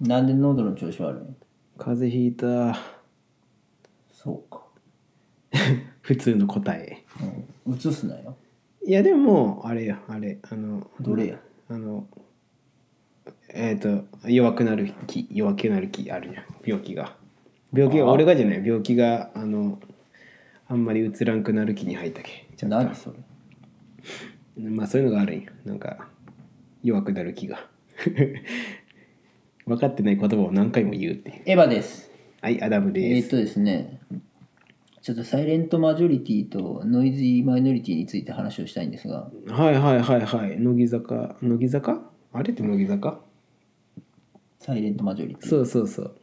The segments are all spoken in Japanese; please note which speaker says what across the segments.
Speaker 1: なんで喉の調子悪いの
Speaker 2: 風邪ひいた
Speaker 1: そうか。
Speaker 2: 普通の答え
Speaker 1: うん。うつすなよ。
Speaker 2: いやでももうあれよあれあの
Speaker 1: どれや。
Speaker 2: あのえっ、と弱くなる気弱くなる気あるじゃん病気が病気が
Speaker 1: あー
Speaker 2: 俺がじゃない病気があのあんまりうつらんくなる気に入ったけちょっと
Speaker 1: 何それ。
Speaker 2: まあそういうのがあるんよなんか弱くなる気が 分かってない言葉を何回も言うっていう
Speaker 1: エヴァです。
Speaker 2: はいアダム
Speaker 1: え
Speaker 2: で
Speaker 1: ーっ
Speaker 2: す
Speaker 1: とですね、ちょっとサイレントマジョリティとノイズイマイノリティについて話をしたいんですが、
Speaker 2: はいはいはいはい乃木坂乃木坂あれって乃木坂
Speaker 1: サイレントマジョリティ。
Speaker 2: そうそうそう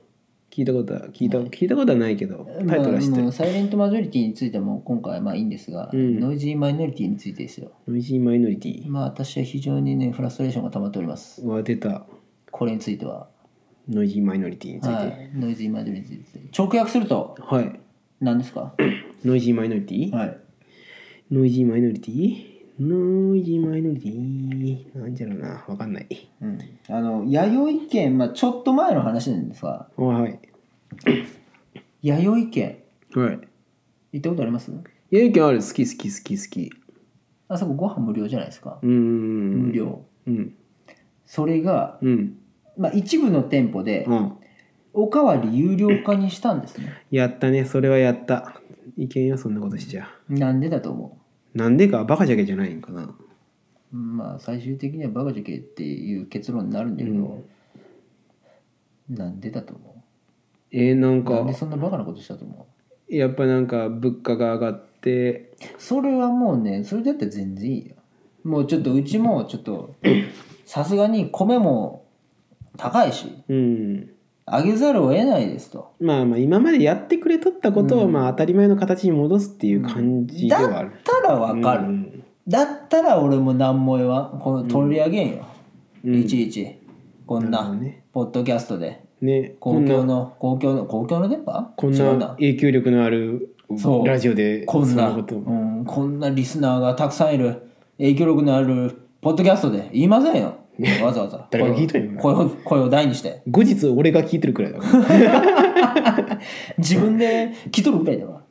Speaker 2: 聞いたことは聞いた聞いたことはないけどタイトルは知って
Speaker 1: まあ
Speaker 2: る
Speaker 1: あのサイレントマジョリティについても今回はまあいいんですが、
Speaker 2: うん
Speaker 1: ノイズイマイノリティについてですよ。
Speaker 2: 「ノイジーマイノリティ
Speaker 1: まあ私は非常にね、フラストレーションが溜まっております。」
Speaker 2: は出た
Speaker 1: これについては。
Speaker 2: 「ノイジーマイノリティ」について
Speaker 1: はい、ノイズイマイノリティについて。直訳すると
Speaker 2: はい、
Speaker 1: 何ですか
Speaker 2: ノイジーマイノリティ」
Speaker 1: はい。
Speaker 2: ノイジーマイノリティ」「ノイジーマイノリティ」なんじゃろうなわかんない
Speaker 1: うん、あの弥生県、まあ、ちょっと前の話なんですが
Speaker 2: はい
Speaker 1: 弥生県
Speaker 2: はい
Speaker 1: 行ったことあります
Speaker 2: いやゆきある好き好き好き好き
Speaker 1: あそこご飯無料じゃないですか、
Speaker 2: うーん
Speaker 1: 無料
Speaker 2: うん
Speaker 1: それが、
Speaker 2: うん
Speaker 1: まあ、一部の店舗で
Speaker 2: うん
Speaker 1: おかわり有料化にしたんですね
Speaker 2: やったねそれはやったいけんよそんなことしちゃ
Speaker 1: なんでだと思
Speaker 2: なんでかバカじゃけじゃないんかな
Speaker 1: うまあ最終的にはバカじゃけっていう結論になるんだけど、
Speaker 2: うん
Speaker 1: なんでだと思
Speaker 2: えー、なん
Speaker 1: うなん
Speaker 2: か
Speaker 1: でそんなバカなことしたと思う
Speaker 2: やっぱなんか物価が上がって
Speaker 1: それはもうねそれだったら全然いいよもうちょっとうちもちょっ とさすがに米も高いし
Speaker 2: うん
Speaker 1: 上げざるを得ないですと。
Speaker 2: まあまあ今までやってくれとったことを
Speaker 1: うん
Speaker 2: まあ当たり前の形に戻すっていう感じで
Speaker 1: だ
Speaker 2: はあ
Speaker 1: っ
Speaker 2: る、
Speaker 1: たらわかる、
Speaker 2: うん
Speaker 1: だったら俺も何も言わんこの取り上げんよ、
Speaker 2: うん
Speaker 1: いちいちこん
Speaker 2: るほ
Speaker 1: な
Speaker 2: どね
Speaker 1: ポッドキャストで
Speaker 2: ねこ
Speaker 1: 公
Speaker 2: ん
Speaker 1: 共
Speaker 2: な
Speaker 1: の公共の公共の電波
Speaker 2: こん
Speaker 1: 違う
Speaker 2: な
Speaker 1: な
Speaker 2: 影響力のある
Speaker 1: そう
Speaker 2: ラジオで
Speaker 1: こんな
Speaker 2: そこと
Speaker 1: うん、こんなリスナーがたくさんいる影響力のあるポッドキャストで言いませんよわざわざ
Speaker 2: 誰が聞いとんやろ
Speaker 1: 声を声を声を大にして
Speaker 2: 後日俺が聞いてるくらいだ から
Speaker 1: 自分で聞いとるぐらいだわ、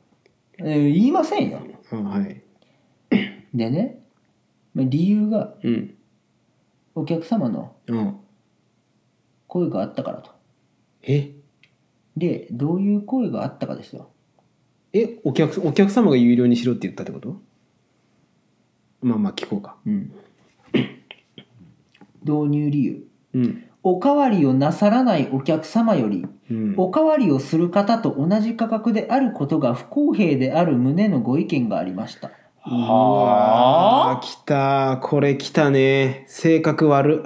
Speaker 1: えー言いませんよ
Speaker 2: うんはい
Speaker 1: でねまあ理由が
Speaker 2: うん
Speaker 1: お客様の
Speaker 2: うん
Speaker 1: 声があったからと
Speaker 2: え
Speaker 1: でどういう声があったかですよ
Speaker 2: えお客お客様が有料にしろって言ったってことまあまあ聞こうか
Speaker 1: うん、 導入理由
Speaker 2: うん
Speaker 1: おかわりをなさらないお客様より
Speaker 2: うん
Speaker 1: おかわりをする方と同じ価格であることが不公平である旨のご意見がありました
Speaker 2: はあ来たこれ来たね性格悪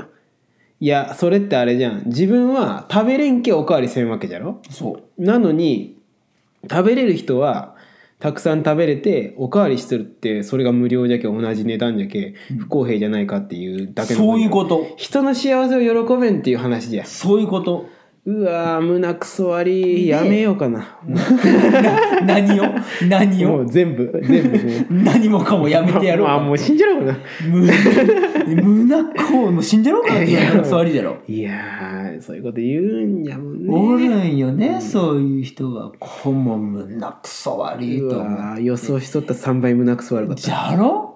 Speaker 2: いやそれってあれじゃん自分は食べれんけおかわりせんわけじゃろ
Speaker 1: そう
Speaker 2: なのに食べれる人はたくさん食べれておかわりするってそれが無料じゃけ同じ値段じゃけ不公平じゃないかっていうだけの
Speaker 1: そういうこと
Speaker 2: 人の幸せを喜べんっていう話じゃん
Speaker 1: そういうこと
Speaker 2: うわー胸くそ悪い
Speaker 1: で
Speaker 2: やめようかな
Speaker 1: 何を何
Speaker 2: も
Speaker 1: を
Speaker 2: う全部全部ね
Speaker 1: 何もかもやめてやろう
Speaker 2: あ
Speaker 1: か
Speaker 2: もう死んじゃろうかな
Speaker 1: む胸こうもう死んじゃろうかっていうのが悪いじゃろ
Speaker 2: いやーそういうこと言うんやもんね
Speaker 1: おるんよね、そういう人はこうもう胸くそ悪いうと思う
Speaker 2: わー予想しとった3倍胸くそ悪かっ
Speaker 1: じ
Speaker 2: た
Speaker 1: ゃろ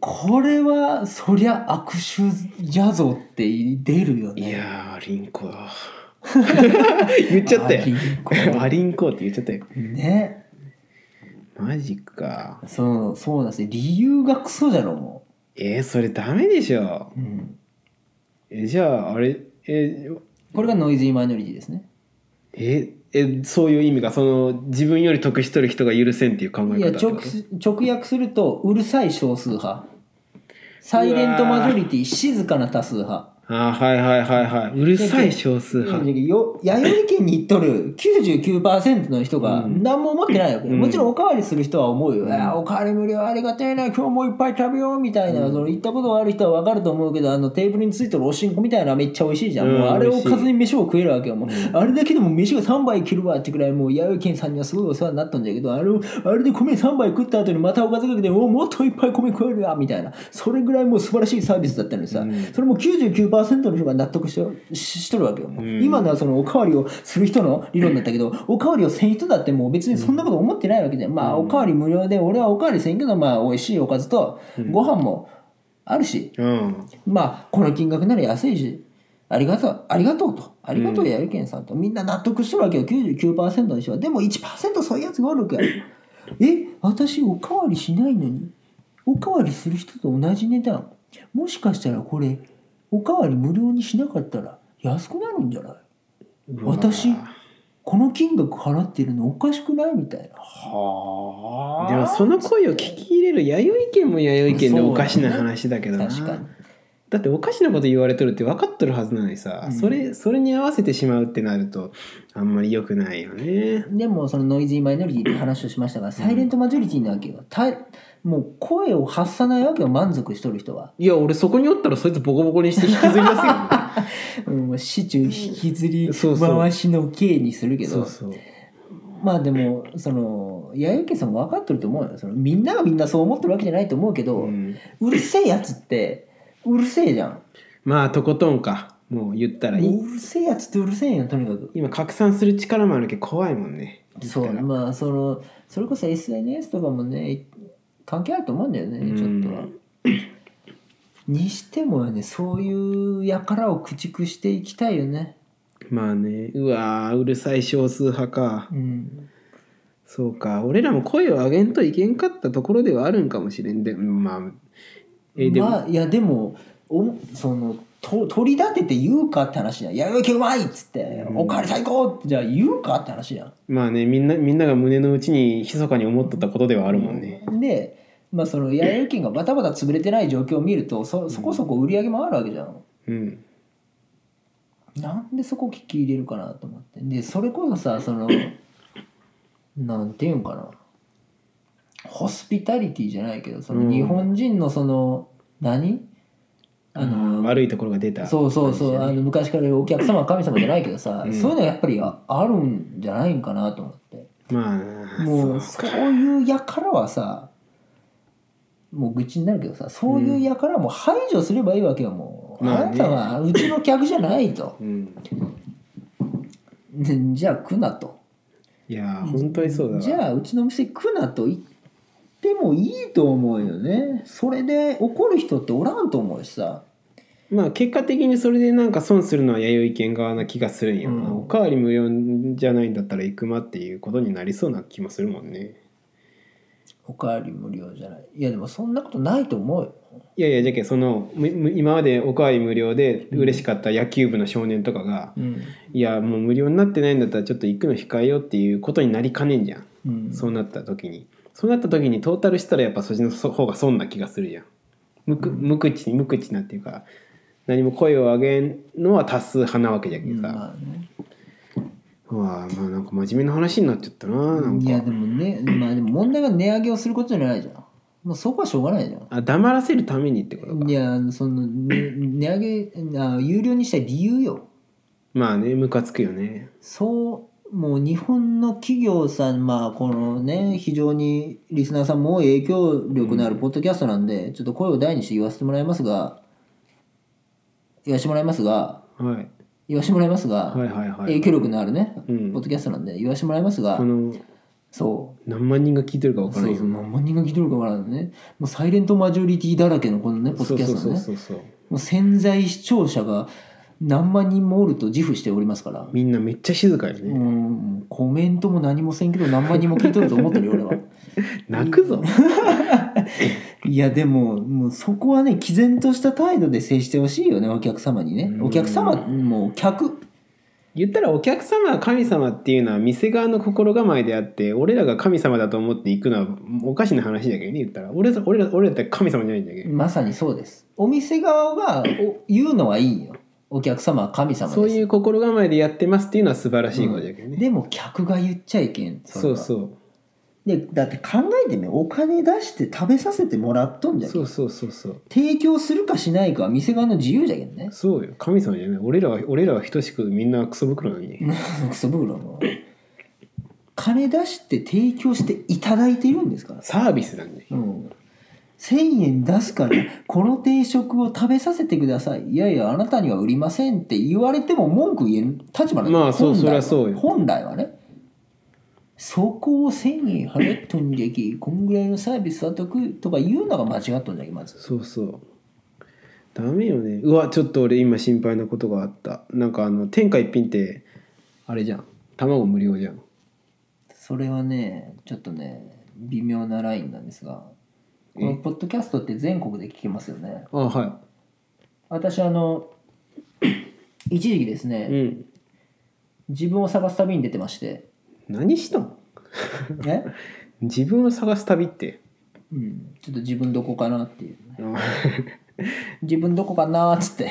Speaker 1: これはそりゃ悪臭じゃぞって出るよね。
Speaker 2: いやーリンコ言っちゃったよ
Speaker 1: あリンコ
Speaker 2: あリンコって言っちゃったよ
Speaker 1: ね。
Speaker 2: マジか
Speaker 1: そう、そうなんですよ。理由がクソじゃろ、も
Speaker 2: えー、それダメでしょ
Speaker 1: う。うん、
Speaker 2: えじゃああれえ
Speaker 1: これがノイズイマイノリティですね。
Speaker 2: ええそういう意味がその自分より得しとる人が許せんっていう考え方
Speaker 1: いや
Speaker 2: ってこと
Speaker 1: 直、直訳すると、うるさい少数派。サイレントマジョリティ、静かな多数派。
Speaker 2: あーはいはいはいはいうるさい少数派
Speaker 1: よ弥生県に行っとる99%の人が
Speaker 2: うん
Speaker 1: 何も思ってないわけ、
Speaker 2: うん
Speaker 1: もちろんおかわりする人は思うよ、
Speaker 2: うん
Speaker 1: いやおかわり無料ありがたいな今日もいっぱい食べようみたいな、
Speaker 2: うん
Speaker 1: その行ったことがある人は分かると思うけどあのテーブルについてるおしんこみたいなめっちゃ美味しいじゃん、
Speaker 2: うん
Speaker 1: もうあれを
Speaker 2: 美味しい
Speaker 1: 数に飯を食えるわけよもう、
Speaker 2: うん
Speaker 1: あれだけでも飯が3杯切るわってくらいもう弥生県さんにはすごいお世話になったんだけどあれをあれで米3杯食った後にまたおかずかけておもっといっぱい米食えるわみたいなそれぐらいもう素晴らしいサービスだったのにさ、
Speaker 2: うん
Speaker 1: それも99% 100%の人が納得しとししとるわけよ、もう
Speaker 2: うん
Speaker 1: 今のはそのおかわりをする人の理論だったけ どおかわりをせん人だってもう別にそんなこと思ってないわけじゃん、まあおかわり無料で俺はおかわりせんけどまあ美味しいおかずとご飯もあるし、
Speaker 2: うん
Speaker 1: まあこの金額なら安いしありがとうありがとうとありがとうやるけんさんと、みんな納得しとるわけよ99%の人はでも1%そういうやつがおるけえ私おかわりしないのにおかわりする人と同じ値段もしかしたらこれおかわり無料にしなかったら安くなるんじゃない私この金額払ってるのおかしくないみたいな
Speaker 3: はあ
Speaker 2: でもその声を聞き入れる弥生県も弥生県でおかしな話だけどな、
Speaker 1: 確かに
Speaker 2: だっておかしなこと言われとるって分かっとるはずなのにさ、
Speaker 1: うん
Speaker 2: それそれに合わせてしまうってなるとあんまり良くないよね
Speaker 1: でもそのノイズーマイノリティって話をしましたがサイレントマジョリティなわけよたもう声を発さないわけよ満足しとる人は、
Speaker 2: いや俺そこにおったらそいつボコボコにして引きずり出すよ、
Speaker 1: うん、もう市中引きずり
Speaker 2: そうそう
Speaker 1: 回しの刑にするけど
Speaker 2: そうそう
Speaker 1: まあでもその弥生さんも分かってると思うよそのみんながみんなそう思ってるわけじゃないと思うけど、う
Speaker 2: うん
Speaker 1: るせえやつってうるせえじゃん
Speaker 2: まあとことんかもう言ったらいいう
Speaker 1: るせえやつってうるせえんよとにかく
Speaker 2: 今拡散する力もあるけど怖いもんね
Speaker 1: そうまあそのそれこそ SNS とかもね関係あると思うんだよねちょっとは。にしてもねそういう輩を駆逐していきたいよね。
Speaker 2: まあねうわーうるさい少数派か
Speaker 1: うん、
Speaker 2: そうか俺らも声を上げんといけんかったところではあるんかもしれんでまあえでも、
Speaker 1: まあいやでもおそのと取り立てて言うかって話じゃん「弥生県うまい!」っつって「
Speaker 2: うん
Speaker 1: おかわり最高!」ってじゃあ言うかって話じゃん。
Speaker 2: まあねみんなみんなが胸の内に密かに思っとったことではあるもんね、
Speaker 1: で、まあ、その弥生県がバタバタ潰れてない状況を見るとそそこそこ売り上げもあるわけじゃん。
Speaker 2: うん、
Speaker 1: なんでそこ聞き入れるかなと思ってでそれこそさそのなんていうんかなホスピタリティじゃないけどそ
Speaker 2: うん
Speaker 1: の日本人のその、何あの、
Speaker 2: 悪いところが出た
Speaker 1: そうそうそう、あ
Speaker 2: 感じだね
Speaker 1: の昔からお客様は神様じゃないけどさ、
Speaker 2: うん
Speaker 1: そういうのやっぱりああるんじゃないんかなと思って
Speaker 2: まあ
Speaker 1: もう
Speaker 2: そ
Speaker 1: そういうやからはさもう愚痴になるけどさそういうやからはもう排除すればいいわけよもう、
Speaker 2: まあ
Speaker 1: あ
Speaker 2: ね
Speaker 1: なたはうちの客じゃないと。
Speaker 2: ううん
Speaker 1: ね じゃあ来なと
Speaker 2: いやー本当にそうだわ
Speaker 1: じゃあうちの店来なと言ってもいいと思うよねそれで怒る人っておらんと思うしさ
Speaker 2: まあ結果的にそれでなんか損するのは弥生県側な気がするんよな、
Speaker 1: うん
Speaker 2: おかわり無料じゃないんだったら行くまっていうことになりそうな気もするもんね
Speaker 1: おかわり無料じゃないいやでもそんなことないと思うよ
Speaker 2: いやいやじゃけそのむむ今までおかわり無料で嬉しかった野球部の少年とかが、
Speaker 1: うん、
Speaker 2: いやもう無料になってないんだったらちょっと行くの控えようっていうことになりかねんじゃん、
Speaker 1: うん、
Speaker 2: そうなった時にそうなった時にトータルしたらやっぱそっちの方が損な気がするじゃん無く無口に無口なっていうか何も声を上げんのは多数派なわけじゃけ
Speaker 1: うん
Speaker 2: さ、
Speaker 1: まあね
Speaker 2: うわあまあなんか真面目な話になっちゃったななん
Speaker 1: いや
Speaker 2: か
Speaker 1: でもねまあでも問題が値上げをすることじゃないじゃんもうそこはしょうがないじゃん
Speaker 2: あ黙らせるためにってことか
Speaker 1: いやその、ね、値上げあ有料にした理由よ
Speaker 2: まあねムカつくよね
Speaker 1: そうもう日本の企業さんまあこのね非常にリスナーさんも多い影響力のあるポッドキャストなんで、ちょっと声を大にして言わせてもらいますが言わせてもらいますが
Speaker 2: はい
Speaker 1: 言わせてもらいますが、
Speaker 2: はいはいはい
Speaker 1: 影響力のあるね、
Speaker 2: うん
Speaker 1: ポッドキャストなんで言わせてもらいますが、
Speaker 2: この
Speaker 1: そう
Speaker 2: 何万人が聞いてるか分から
Speaker 1: そ
Speaker 2: な
Speaker 1: う
Speaker 2: い
Speaker 1: そ
Speaker 2: よ
Speaker 1: う何万人が聞いてるかわからんねもうサイレントマジョリティだらけのこのねポッドキャスト
Speaker 2: そう
Speaker 1: はね
Speaker 2: そうそうそう
Speaker 1: もう潜在視聴者が何万人もおると自負しておりますから
Speaker 2: みんなめっちゃ静かよ
Speaker 1: う
Speaker 2: ね、
Speaker 1: んコメントも何もせんけど何万人も聞いとると思ってる よ俺は
Speaker 2: 泣くぞ
Speaker 1: いやでももうそこはね毅然とした態度で接してほしいよねお客様にね
Speaker 2: うん
Speaker 1: お客様もう客
Speaker 2: 言ったらお客様は神様っていうのは店側の心構えであって俺らが神様だと思って行くのはおかしな話だけどね言ったら俺ら俺ら俺らって神様じゃないんだけど、
Speaker 1: まさにそうですお店側がお言うのはいいよお客様は神様です
Speaker 2: そういう心構えでやってますっていうのは素晴らしいことだけどね、
Speaker 1: でも客が言っちゃいけんれ
Speaker 2: そう
Speaker 1: は
Speaker 2: そう
Speaker 1: でだって考えてみようお金出して食べさせてもらっとんじゃけ
Speaker 2: そ
Speaker 1: ん
Speaker 2: うそうそうそう
Speaker 1: 提供するかしないかは店側の自由じゃけんね
Speaker 2: そうよ神様じゃない俺らは俺らは等しくみんなクソ袋なのに
Speaker 1: クソ袋の金出して提供していただいているんですから
Speaker 2: サービスなんで
Speaker 1: うん、 1000円出すからこの定食を食べさせてくださいいやいやあなたには売りませんって言われても文句言える立場だよ
Speaker 2: まあそう
Speaker 1: 本来
Speaker 2: そりゃそうよ
Speaker 1: 本来はねそこを1000円払っとんじゃきこんぐらいのサービスは得とか言うのが間違っとんじゃきまず
Speaker 2: そうそうダメよねうわちょっと俺今心配なことがあったなんかあの天下一品ってあれじゃん卵無料じゃん
Speaker 1: それはねちょっとね微妙なラインなんですがこの
Speaker 2: え
Speaker 1: ポッドキャストって全国で聞きますよね
Speaker 2: あは
Speaker 1: 私あの 一時期ですね、
Speaker 2: いうん
Speaker 1: 自分を探す旅に出てま して
Speaker 2: 何したん
Speaker 1: ね、
Speaker 2: 自分を探す旅って
Speaker 1: うん、ちょっと自分どこかなっていう
Speaker 2: あ
Speaker 1: 自分どこかなーっつって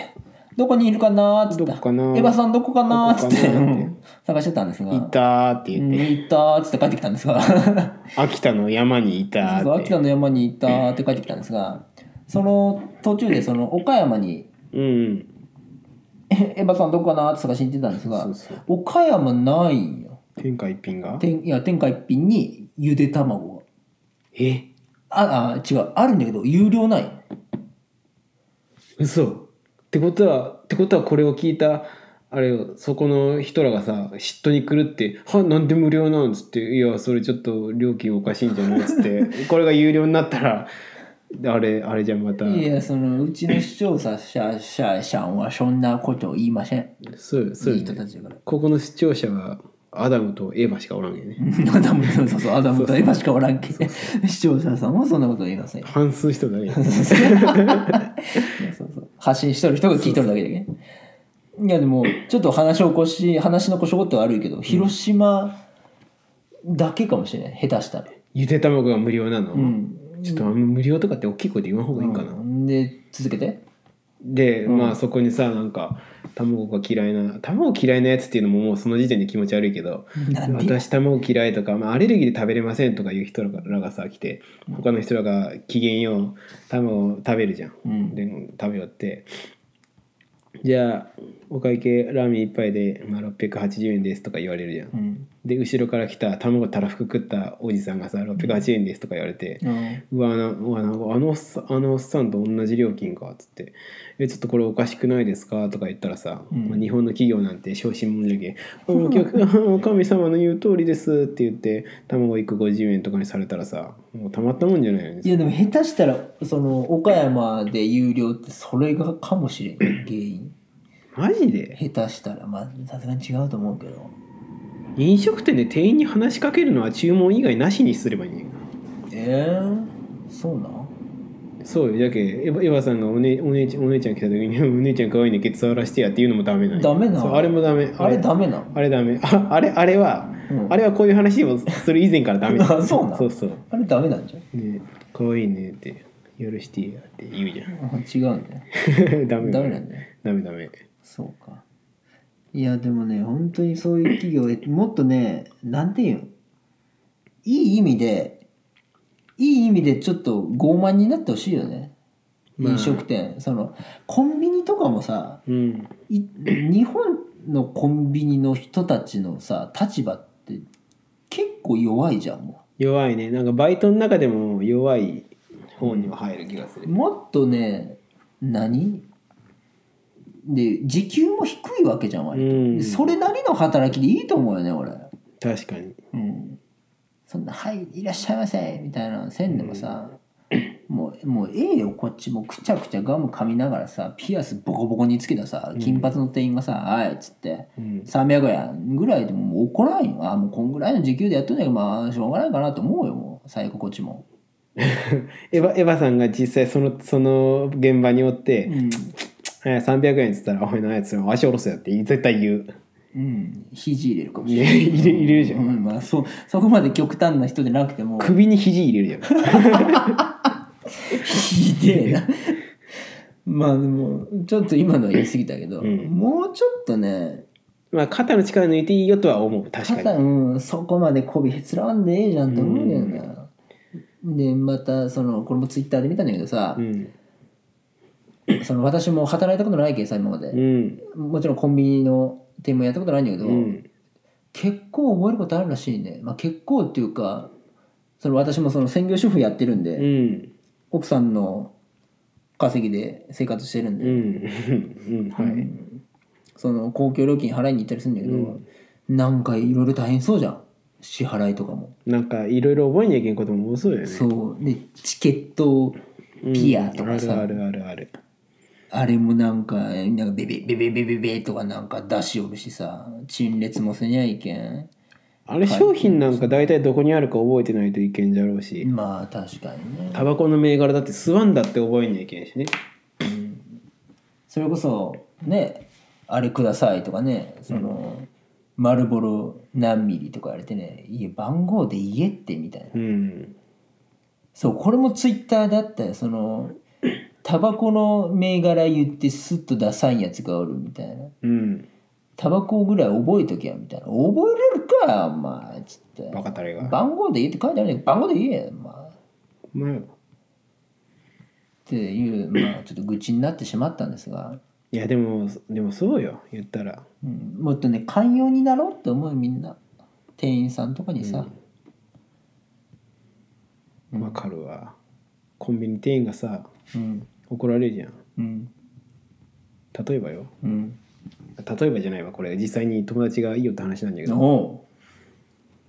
Speaker 1: どこにいるかなーっつって
Speaker 2: どこかなー
Speaker 1: エヴァさんどこかなーっつって
Speaker 2: どこかなーって
Speaker 1: うん探してたんですが
Speaker 2: いたーって
Speaker 1: う
Speaker 2: 言っ
Speaker 1: ん
Speaker 2: て、
Speaker 1: 行ったーっつって帰ってきたんですがそう
Speaker 2: 秋田の山にいた
Speaker 1: そう
Speaker 2: ーっ
Speaker 1: 秋
Speaker 2: て
Speaker 1: 田の山に行ったーって帰ってきたんですがその途中でその岡山に
Speaker 2: うんうん
Speaker 1: えエヴァさんどこかなーって探しに行ってたんですが
Speaker 2: そうそう
Speaker 1: 岡山ないんよ
Speaker 2: 天下一品が
Speaker 1: 天いや天下一品にゆで卵が
Speaker 2: え
Speaker 1: ああ違うあるんだけど有料ない
Speaker 2: 嘘ってことはってことはこれを聞いたあれよそこの人らがさ嫉妬に狂って「はなんで無料なん?」つって「いやそれちょっと料金おかしいんじゃない?」つって これが有料になったらあれあれじゃんまた
Speaker 1: いやそのうちの視聴者者者さんはそんなことを言いません
Speaker 2: そうそう
Speaker 1: い
Speaker 2: よ
Speaker 1: い人た
Speaker 2: ね
Speaker 1: ちだから
Speaker 2: ここの視聴者はアダムとエヴァしかおらんよね
Speaker 1: アダムそうそうアダムとエヴァしかおらんけ視聴者さんはそんなこと言いません
Speaker 2: 半数人だね
Speaker 1: そうそう発信しとる人が聞いとるだけでねいやでもちょっと話を起こし話の故障って悪いけど広島だけかもしれない下手したら
Speaker 2: ゆで卵が無料なの、
Speaker 1: うん
Speaker 2: ちょっとあんま無料とかって大きい声で言わん方がいいかな、
Speaker 1: うんで続けて
Speaker 2: で、まあそこにさなんか卵が嫌いな卵嫌いなやつっていうのももうその時点で気持ち悪いけど
Speaker 1: なんで
Speaker 2: 私卵嫌いとか、まあ、アレルギーで食べれませんとかいう人らがさ来て他の人らが機嫌よう卵を食べるじゃん、
Speaker 1: うん
Speaker 2: で食べよってじゃあお会計ラーメン一杯で、まあ、680円ですとか言われるじゃん、
Speaker 1: うん
Speaker 2: で後ろから来た卵たらふく食ったおじさんがさ680円ですとか言われて、
Speaker 1: うん
Speaker 2: うわなうわなんかあのおっさんあのおっさんと同じ料金かっつって「えちょっとこれおかしくないですか?」とか言ったらさ、
Speaker 1: うん
Speaker 2: まあ、日本の企業なんて小心者じ ゃけ「お客お神様の言う通りです」って言って卵1個50円とかにされたらさもうたまったもんじゃないよ
Speaker 1: い
Speaker 2: ね
Speaker 1: やでも下手したらその岡山で有料ってそれがかもしれん 原因
Speaker 2: マジで
Speaker 1: 下手したらまあさすがに違うと思うけど
Speaker 2: 飲食店で店員に話しかけるのは注文以外なしにすればいいね
Speaker 1: ええそうなん
Speaker 2: そうよじゃけエヴァエヴァさんがお,、ね、お姉ちゃんお姉ちゃん来た時に「 お姉ちゃん可愛いねケツ触らしてや」っていうのもダメなの
Speaker 1: ダメなの
Speaker 2: そうあれもダメ
Speaker 1: あれダメなん
Speaker 2: あれダメああれあれは
Speaker 1: うん
Speaker 2: あれはこういう話をする以前からダ メ
Speaker 1: あそうなの
Speaker 2: そうそう。
Speaker 1: あれダメなんじゃん
Speaker 2: ね、可愛いねって、許してやって言うじ
Speaker 1: あ違うんだよ
Speaker 2: ゃ ん。ダメ
Speaker 1: ダメなんだよ
Speaker 2: ダメダメ。
Speaker 1: そうかいやでもね本当にそういう企業えもっとねなんていうんいい意味でいい意味でちょっと傲慢になってほしいよね
Speaker 2: まあ
Speaker 1: 飲食店、そのコンビニとかもさ
Speaker 2: うん。
Speaker 1: い日本のコンビニの人たちのさ立場って結構弱いじゃんも
Speaker 2: 弱いね。なんかバイトの中でも弱い方には入る気がす
Speaker 1: う
Speaker 2: る。
Speaker 1: もっとね何で時給も低いわけじゃん割と、
Speaker 2: うん
Speaker 1: それなりの働きでいいと思うよね俺、
Speaker 2: 確かに。
Speaker 1: うん、そんな「はいいらっしゃいませ」みたいなせんでもさ、もうもうええよこっちもくちゃくちゃガム噛みながらさピアスボコボコにつけたさ金髪の店員がさ「はい」っつって
Speaker 2: うん。
Speaker 1: 300円ぐらいでももう怒らんよあもうこんぐらいの時給でやっとんじゃけどまあしょうがないかなと思うよもう最高こっちも、
Speaker 2: エヴァエヴァさんが実際そのその現場におって、
Speaker 1: うん
Speaker 2: えー300円っつったら「おい何やつの足下ろせよ」って絶対言う。
Speaker 1: うん、肘入れるかもし
Speaker 2: ね
Speaker 1: れない、
Speaker 2: 入れ入れるじゃ。
Speaker 1: うんんまあ、そそこまで極端な人でなく ても
Speaker 2: 首に肘入れる じゃん。
Speaker 1: ひでえなまあでもちょっと今のは言い過ぎたけど、
Speaker 2: うん
Speaker 1: もうちょっとね
Speaker 2: まあ肩の力抜いていいよとは思う。確か
Speaker 1: 肩、
Speaker 2: に。
Speaker 1: うん、そこまで媚びへつらんでええじゃんと思うけどな、でまたそのこれもツイッターで見たんだけどさ
Speaker 2: う、ん。
Speaker 1: その私も働いたことないけどさ今まで、
Speaker 2: うん。
Speaker 1: もちろんコンビニの店もやったことないんだけど、
Speaker 2: うん。
Speaker 1: 結構覚えることあるらしいね、まあ、結構っていうかその私もその専業主婦やってるんで、
Speaker 2: うん。
Speaker 1: 奥さんの稼ぎで生活してるん
Speaker 2: う
Speaker 1: で、
Speaker 2: んうんは
Speaker 1: う
Speaker 2: い
Speaker 1: んその公共料金払いに行ったりするんだけど、
Speaker 2: うん
Speaker 1: なんかいろいろ大変そうじゃん支払いとかも、
Speaker 2: なんかいろいろ覚えにゃいけんことも多そうだよね
Speaker 1: そうでチケットを
Speaker 2: うん
Speaker 1: ピアとかさ
Speaker 2: あるあるあるある
Speaker 1: あれもなんかなんかベベベベベベベとかなんか出しおるしさ陳列もせにゃいけん
Speaker 2: あれ商品なんか大体どこにあるか覚えてないといけんじゃろうし
Speaker 1: まあ確かにね
Speaker 2: タバコの銘柄だって吸わんだって覚えにゃいけんしね
Speaker 1: それこそねあれくださいとかねその、マルボロ何ミリとか言われてねいや番号で言えってみたいな
Speaker 2: うん
Speaker 1: そうこれもツイッターだったよそのタバコの銘柄言ってスッと出さんやつがおるみたいな
Speaker 2: うん
Speaker 1: タバコぐらい覚えときゃみたいな覚えれるかお前つって
Speaker 2: バカたれが
Speaker 1: 番号で言えって書いてあるんだけど番号で言えよお前っ
Speaker 2: まあ
Speaker 1: ていうまあちょっと愚痴になってしまったんですが、
Speaker 2: いやでもでもそうよ言ったら
Speaker 1: うん、もっとね寛容になろうって思うみんな店員さんとかにさ、
Speaker 2: わかるわコンビニ店員がさ
Speaker 1: うん
Speaker 2: 怒られるじゃん
Speaker 1: うん
Speaker 2: 例えばよ
Speaker 1: うん
Speaker 2: 例えばじゃないわこれ実際に友達がいいよって話なんだけど
Speaker 1: お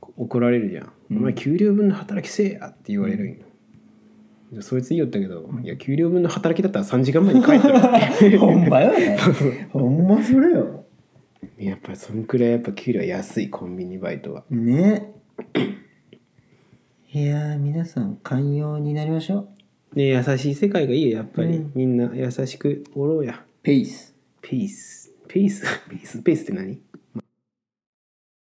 Speaker 1: う
Speaker 2: 怒られるじゃん「
Speaker 1: うん
Speaker 2: お前給料分の働きせえや」って言われるんよ、でそいついいよったけど「いや給料分の働きだったら3時間前に帰ってる」
Speaker 1: ほんまよね ほんまそれよ
Speaker 2: やっぱりそんくらいやっぱ給料は安いコンビニバイトは
Speaker 1: ね いやー皆さん寛容になりましょう
Speaker 2: ね優しい世界がいいよやっぱり、
Speaker 1: うん
Speaker 2: みんな優しくおろうや
Speaker 1: ペース
Speaker 2: ピースピースピースピースって何